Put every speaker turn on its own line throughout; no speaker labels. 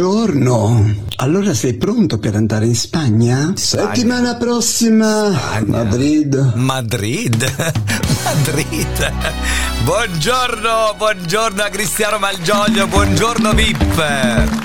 Buongiorno. Allora sei pronto per andare in Spagna?
Spagna.
Settimana prossima
Spagna.
Madrid.
Madrid? Madrid? Buongiorno, buongiorno a Cristiano Malgioglio, buongiorno VIP.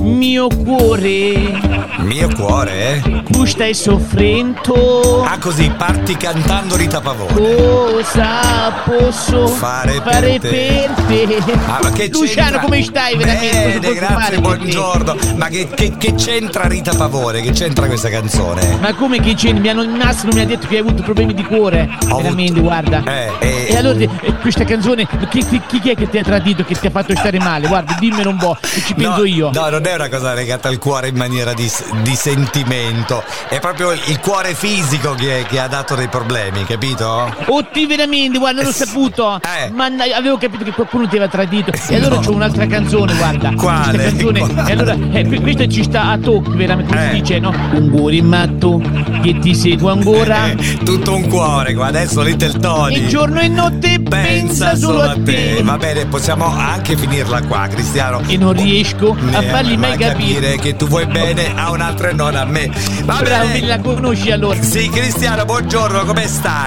Mio cuore
Mio cuore, eh?
tu stai soffrendo.
Ah così, parti cantando Rita Pavone.
Cosa posso
Fare per te.
per te?
Ah, ma che
Luciano,
c'entra?
come stai veramente?
Bene,
Cosa posso fare
grazie,
per te?
buongiorno. Ma che, che- che c'entra Rita Pavone? Che c'entra questa canzone?
Ma come che c'è? Mi hanno, Massimo mi ha detto che hai avuto problemi di cuore.
Ho
veramente,
avuto-
guarda.
Eh, eh.
E allora eh, questa canzone, chi, chi- chi è che ti ha tradito, che ti ha fatto stare male? Guarda, dimmelo un po', che ci penso
no,
io.
No, non è una cosa legata al cuore in maniera di, di sentimento. È proprio il cuore fisico che, che ha dato dei problemi, capito?
Otti Oh, veramente, guarda, l'ho
Eh, sì.
saputo.
Eh.
Ma n- avevo capito che qualcuno ti aveva tradito.
sì,
E allora
no.
c'ho un'altra canzone, guarda.
Quale?
Questa canzone.
Quale?
E allora, eh, que- questa ci sta a tocchi, veramente, come
Eh.
si dice, no? Un cuore matto che ti segue ancora.
Eh, tutto un cuore qua, adesso Little Tony.
E giorno e notte pensa solo a te.
Va bene, possiamo anche finirla qua, Cristiano.
E non riesco a
Eh,
fargli mai capire.
che tu vuoi bene a un'altra e non a me. Va
Bravo,
bene.
me la conosci allora.
Sì, Cristiano, buongiorno, come stai?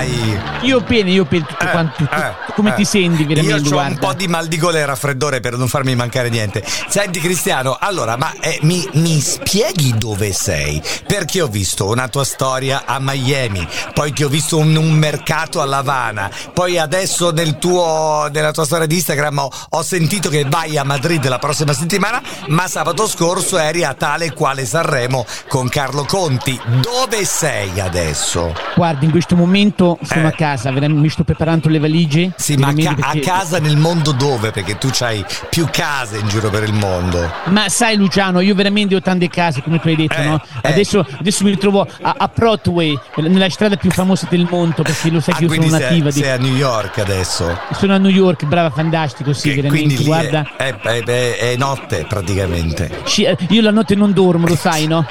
Io bene, io per tutto
Eh,
quanto. tutto-
eh,
come
eh.
ti senti
Io
veramente?
ho un
guarda?
po' di mal di gola e raffreddore per non farmi mancare niente. Senti Cristiano, allora, ma eh, mi, mi spieghi dove sei? Perché ho visto una tua storia a Miami, poi ti ho visto in un mercato a Lavana, poi adesso nel tuo, nella tua storia di Instagram ho, ho sentito che vai a Madrid la prossima settimana, ma sabato scorso eri a tale e quale Sanremo con Carlo Conti. Dove sei adesso?
Guarda, in questo momento sono
Eh.
a casa, veramente, mi sto preparando le valigie.
Sì, ma a,
veramente,
ca- a
perché-
casa nel mondo dove? Perché tu hai più case in giro per il mondo.
Ma sai Luciano, io veramente ho tante case, come tu hai detto,
Eh,
no?
eh.
Adesso, adesso mi ritrovo a, a Broadway, nella strada più famosa del mondo, perché lo sai
Ah,
che io sono
quindi
nativa
sei,
di...
sei a New York adesso.
Sono a New York, brava, fantastico, sì,
Che- quindi
veramente,
lì
guarda.
È, è- è- è notte praticamente.
Ci- eh, io la notte non dormo, lo sai, no?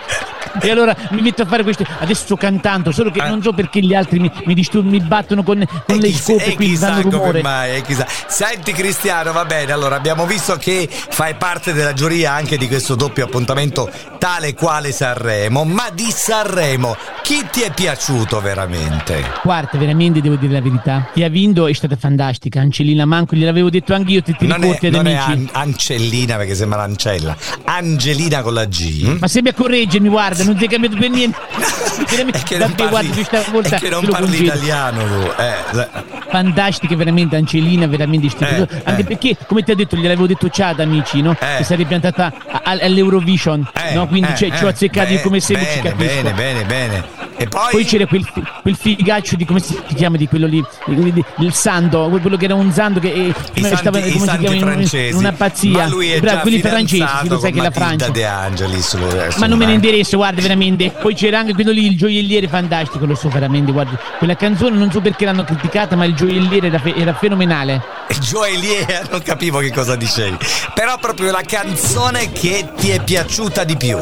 E allora mi metto a fare questo. Adesso sto cantando, solo che
Ah.
non so perché gli altri mi, mi distur- mi battono con, con
E
le
chi-
scope,
e
quindi
chissà
fanno
come
rumore.
mai, e chissà. Senti Cristiano, va bene, allora abbiamo visto che fai parte della giuria anche di questo doppio appuntamento tale e quale Sanremo, ma di Sanremo chi ti è piaciuto veramente?
Guarda, veramente devo dire la verità. Chi ha vinto è stata fantastica. Angelina Manco, gliel'avevo detto anch'io, ti, ti
non
ricordi
è,
ad
non è
amici.
An- Ancellina perché sembra Ancella, Angelina con la G.
Ma sembra a correggermi, guarda, non ti è cambiato per niente.
è che
Davvero,
non parli,
guarda, questa volta
è che non
te lo
parli
concedo.
italiano tu. Eh,
Fantastica, veramente Angelina, veramente stupida.
Eh,
Anche
eh.
perché, come ti ha detto, gliel'avevo detto ciao ad amici, no?
Eh.
Che sarebbe andata a- a- all'Eurovision,
eh,
no? Quindi
eh,
cioè, ci ho
eh,
azzeccato io
beh,
come sempre ci
Bene,
capisco.
bene, bene, bene. E poi,
Poi c'era quel, fi- quel figaccio di come si chiama di quello lì, di- di- il Sando, quello che era un Sando che eh,
i santi,
stava-
i
come si
santi
chiama, in- in-
francesi.
in una pazzia.
Ma lui è
Bravo,
già
quelli francesi,
fidanzato
lo sai
con
che la
Matilda
Francia.
De Angelis. lo- eh,
Ma non me
insomma,
ne
eh.
interessa, guarda veramente. Poi c'era anche quello lì, il gioielliere fantastico, lo so veramente, guarda. Quella canzone non so perché l'hanno criticata, ma il gioielliere era, fe- era fenomenale.
eh, Gioelie, non capivo che cosa dicevi. Però proprio la canzone che ti è piaciuta di più.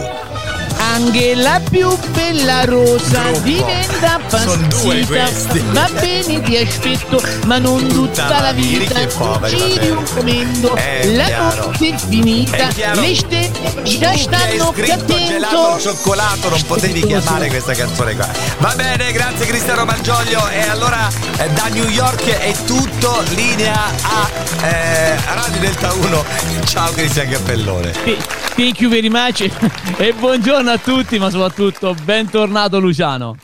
Anche la più bella rosa
Gruppo.
diventa
Son due
impazzita.
questi.
Va bene, ti aspetto, ma non tutta, la vita.
Che poveri, va
Giri
bene.
un momento,
È
la
chiaro.
notte è finita,
È chiaro.
le stelle
Tu
già
che
stanno
hai scritto gelato al
cadendo.
cioccolato non potevi chiamare questa canzone qua va bene grazie Cristiano Malgioglio e allora eh, da New York è tutto linea a eh, Radio Delta 1 ciao Cristiano Cappellone
Thank you very much e buongiorno a tutti, ma soprattutto bentornato Luciano.